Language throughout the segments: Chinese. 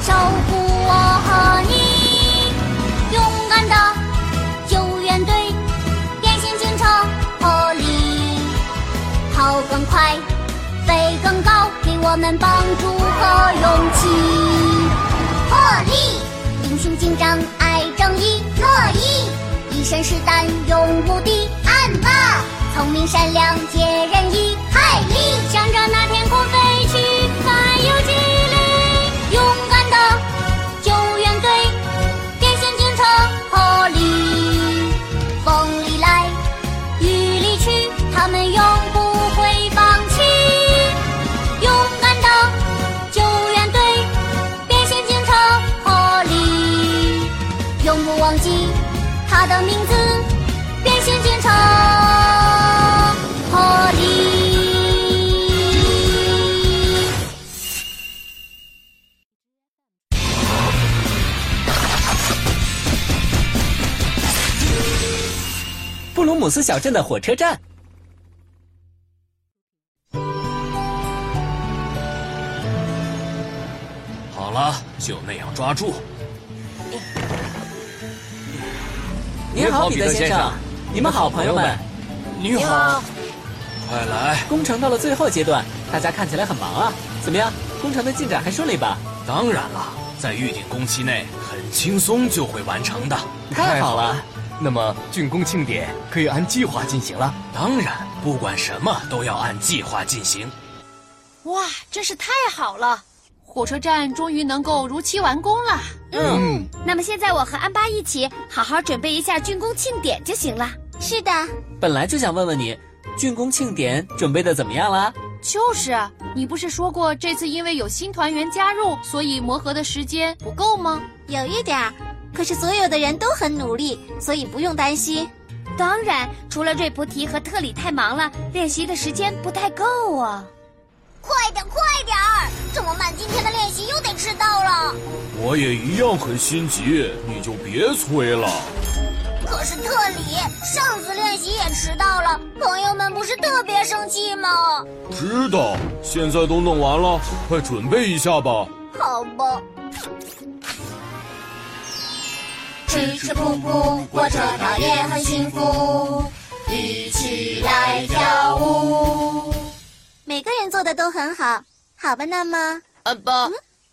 守护我和你。勇敢的救援队，变形警车破例，跑更快，飞更高，给我们帮助和勇气。破例，英雄警长爱正义，乐意，一身是胆勇无敌，暗霸，聪明善良解人意，海力，向着那天空飞去，还有激励，勇敢的救援队，变形警车破例，风里来，雨里去，他们永不会放弃。勇敢的救援队，变形警车破例，永不忘记他的名字，变形警车破例。布鲁姆斯小镇的火车站。好了，就那样抓住。您好，好彼彼得得先先生生，你们好，朋友们。你好，快来！工程到了最后阶段，大家看起来很忙啊。怎么样，工程的进展还顺利吧？当然了，在预定工期内，很轻松就会完成的。太好了，那么竣工庆典可以按计划进行了。当然，不管什么都要按计划进行。哇，真是太好了！火车站终于能够如期完工了。嗯，那么现在我和安巴一起好好准备一下竣工庆典就行了。是的，本来就想问问你，竣工庆典准备的怎么样啦？就是，啊你不是说过这次因为有新团员加入，所以磨合的时间不够吗？有一点儿，可是所有的人都很努力，所以不用担心。当然，除了瑞菩提和特里太忙了，练习的时间不太够啊。快点，快点儿！这么慢，今天的练习又得迟到了。我也一样很心急，你就别催了。可是特里上次练习也迟到了，朋友们不是特别生气吗？知道，现在都弄完了，快准备一下吧。好吧。吃吃噗噗，过着它也很幸福，一起来跳舞。每个人做的都很好，好吧？那么安巴，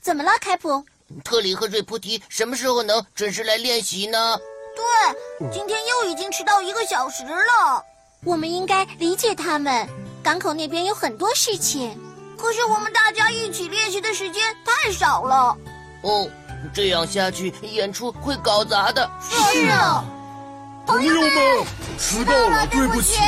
怎么了，开普？特里和瑞菩提什么时候能准时来练习呢？对，今天又已经迟到一个小时了。我们应该理解他们，港口那边有很多事情。可是我们大家一起练习的时间太少了。 哦，这样下去演出会搞砸的。是啊，朋友们，迟到了对不起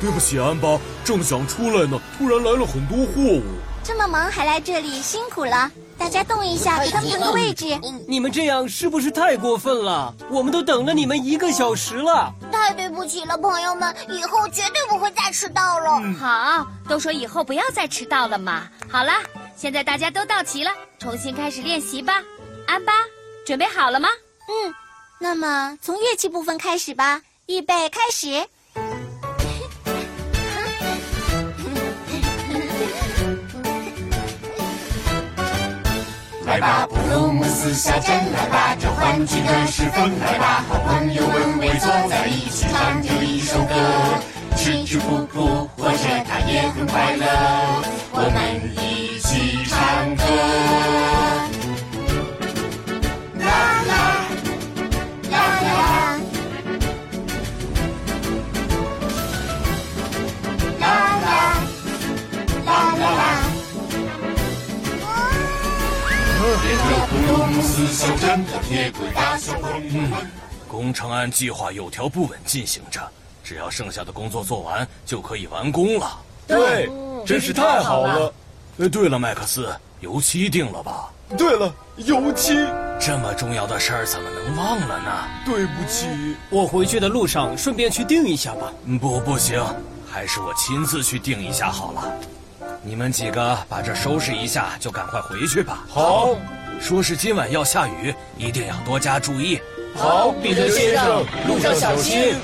对不起，安巴，正想出来呢，突然来了很多货物。这么忙还来这里，辛苦了。大家动一下，给他们腾个位置。你们这样是不是太过分了？我们都等了你们一个小时了。太对不起了，朋友们，以后绝对不会再迟到了。好，都说以后不要再迟到了嘛。好了，现在大家都到齐了，重新开始练习吧。安巴，准备好了吗？嗯那么从乐器部分开始吧，预备开始。来吧，布鲁姆斯小镇，来吧，这欢聚的时分，来吧，好朋友们围坐在一起，唱着一首歌，吃吃噗噗，活着它也很快乐，我们一起唱歌。啦啦啦啦啦啦啦。别个布鲁姆斯小镇的铁轨大小朋友们。工程按计划有条不紊进行着，只要剩下的工作做完，就可以完工了。对，真是太好了。呃，对了，麦克斯，油漆定了吧？对了，油漆，这么重要的事儿怎么能忘了呢？对不起，我回去的路上顺便去订一下吧。嗯不，不行，还是我亲自去定一下好了。你们几个把这收拾一下，就赶快回去吧。好，说是今晚要下雨，一定要多加注意。好，彼得先生，路上小心。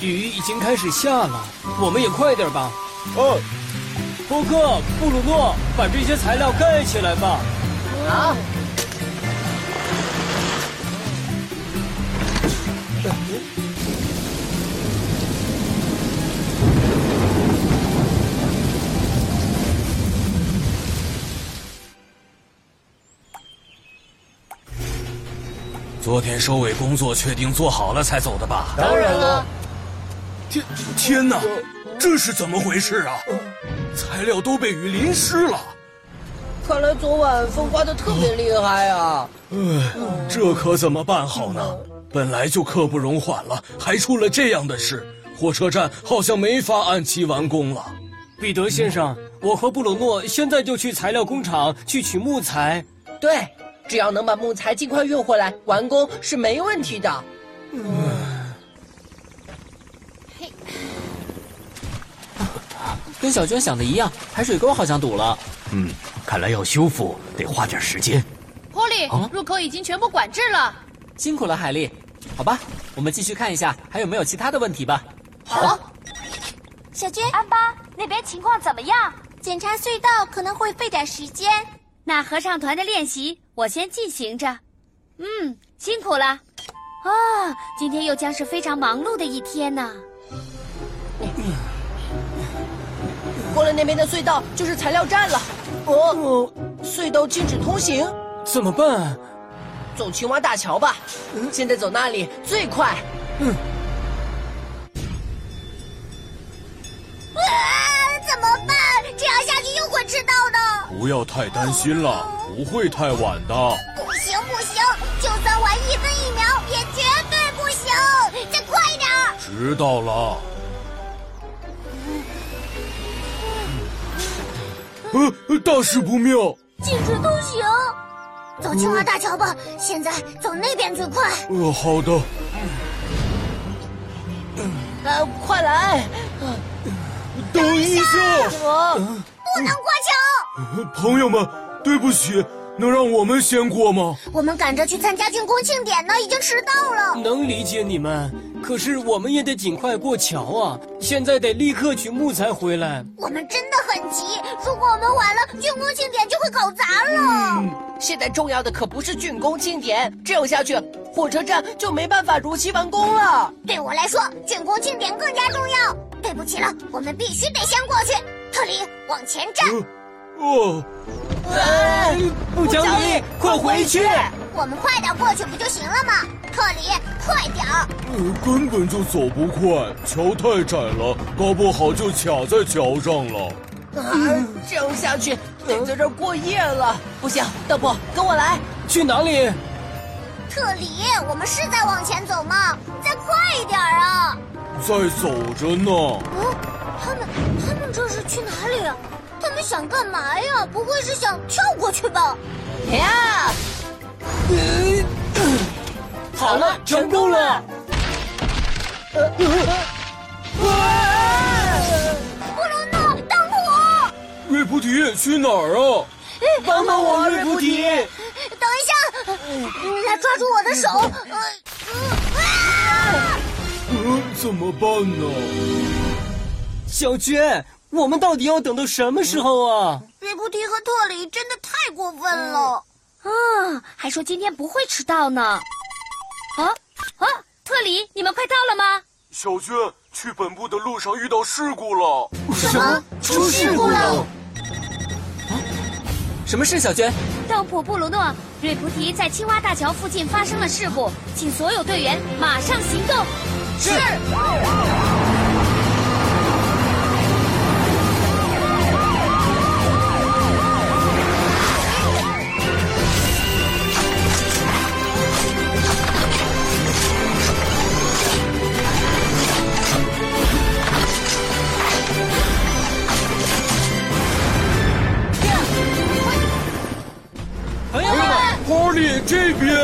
雨已经开始下了，我们也快点吧。哦，嗯波克、布鲁诺，把这些材料盖起来吧。哇！好，昨天收尾工作确定做好了才走的吧？当然了，天天哪，这是怎么回事啊？材料都被雨淋湿了，看来昨晚风刮的特别厉害啊！这可怎么办好呢？本来就刻不容缓了，还出了这样的事，火车站好像没法按期完工了。彼得先生，我和布鲁诺现在就去材料工厂去取木材。对，只要能把木材尽快运回来，完工是没问题的。啊跟小娟想的一样，排水沟好像堵了。嗯，看来要修复得花点时间。 Polly，、啊入口已经全部管制了。辛苦了，海丽。好吧，我们继续看一下还有没有其他的问题吧。小娟，安巴，那边情况怎么样？检查隧道可能会费点时间。那合唱团的练习我先进行着。嗯，辛苦了。啊、今天又将是非常忙碌的一天呢。过了那边的隧道就是材料站了。哦，隧道禁止通行，怎么办？走青蛙大桥吧，现在走那里最快。啊，怎么办？这样下去又会迟到的。不要太担心了，不会太晚的。不行不行，就算晚一分一秒也绝对不行！再快一点儿！知道了。呃，大事不妙！禁止通行。走青蛙大桥吧，现在走那边最快。呃，好的。呃，快来！等一下，哦，不能过桥，朋友们，对不起，能让我们先过吗？我们赶着去参加竣工庆典呢，已经迟到了。能理解你们，可是我们也得尽快过桥啊！现在得立刻取木材回来。我们真的很急，如果我们晚了，竣工庆典就会搞砸了。嗯现在重要的可不是竣工庆典，这样下去，火车站就没办法如期完工了。对我来说，竣工庆典更加重要。对不起了，我们必须得先过去。特里，往前站，哦，不讲理快回去！我们快点过去不就行了吗？特里，快点儿！呃根本就走不快，桥太窄了，搞不好就卡在桥上了。啊，这样下去得在这儿过夜了。不行，邓布，跟我来。去啊哪里？特里，我们是在往前走吗？再快一点儿啊！在走着呢，哦，他们他们这是去哪里啊？他们想干嘛呀？不会是想跳过去吧？哎呀，好了，成功了！布鲁诺，等啊我！瑞普提去哪儿啊？帮帮我，瑞菩提！等一下，呃来抓住我的手！呃呃啊嗯，怎么办呢？小娟，我们到底要等到什么时候啊？瑞菩提和特里真的太过分了。啊、还说今天不会迟到呢。啊啊，特里，你们快到了吗？小娟去本部的路上遇到事故了。什么？出事故啊了！什么事，小娟？邓普布鲁诺、瑞菩提在青蛙大桥附近发生了事故，请所有队员马上行动。是。朋友哎们，哈利这边。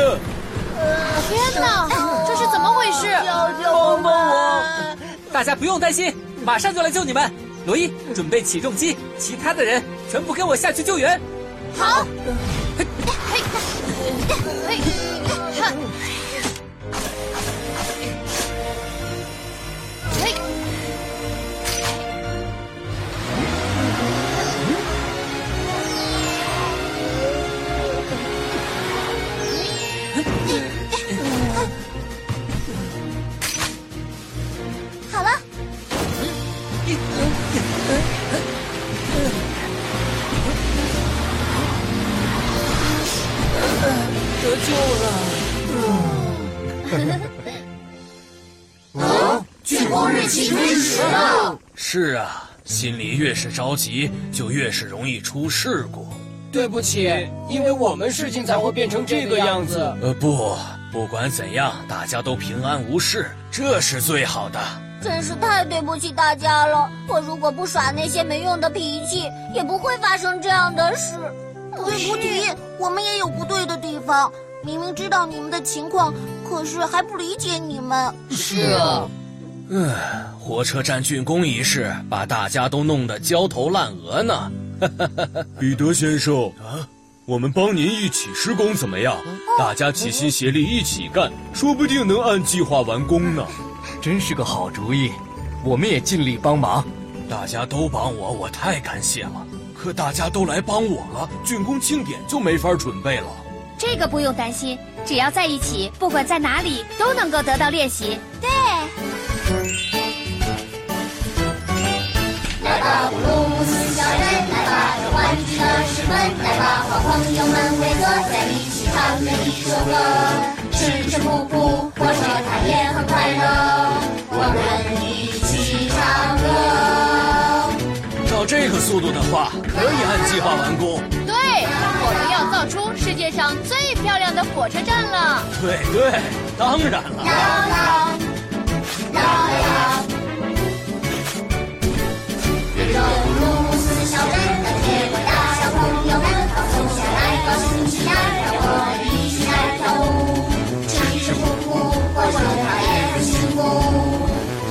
天哪，这是怎么回事？啊帮帮我！大家不用担心，马上就来救你们。罗伊，准备起重机，其他的人全部跟我下去救援。啊！好了，得救了。竣工日期推迟了。是啊，心里越是着急，就越是容易出事故。对不起，因为我们事情才会变成这个样子。呃，不，不管怎样，大家都平安无事，这是最好的。真是太对不起大家了。我如果不耍那些没用的脾气，也不会发生这样的事。对不起，我们也有不对的地方。明明知道你们的情况，可是还不理解你们。是啊，嗯，火车站竣工一事把大家都弄得焦头烂额 呢。彼得先生啊，我们帮您一起施工怎么样？大家齐心协力一起干，说不定能按计划完工呢。真是个好主意，我们也尽力帮忙。大家都帮我，我太感谢了。可大家都来帮我了，竣工庆典就没法准备了。这个不用担心，只要在一起，不管在哪里都能够得到练习。对，来吧，布鲁姆斯小人，来吧，有玩具的士们，来吧，好朋友们围坐在一起唱着一首歌，吃吃布布，火车它也很快乐，我们一起唱歌。照这个速度的话，可以按计划完工。对，我们要造出世界上最漂亮的火车站了。对对，当然了。跟着布鲁姆斯小人的铁轨大小朋友们，放松下来，高兴起来，让我们一起来跳舞，吃吃布布，火车它也很幸福，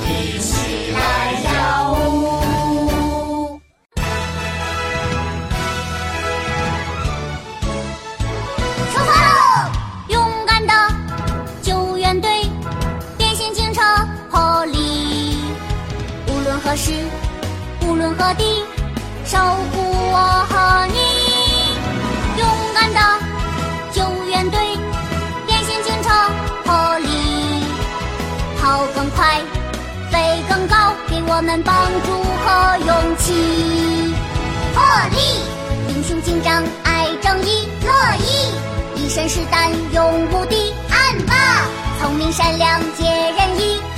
一起来跳舞。出发喽！勇敢的救援队，变形警车破例，无论何时，无论何地，守护我和你。勇敢的救援队，变形警车破例，跑更快，飞更高，给我们帮助和勇气。破例，英雄警长爱正义，乐意。一身是胆，勇无敌。暗霸，聪明善良，解人意。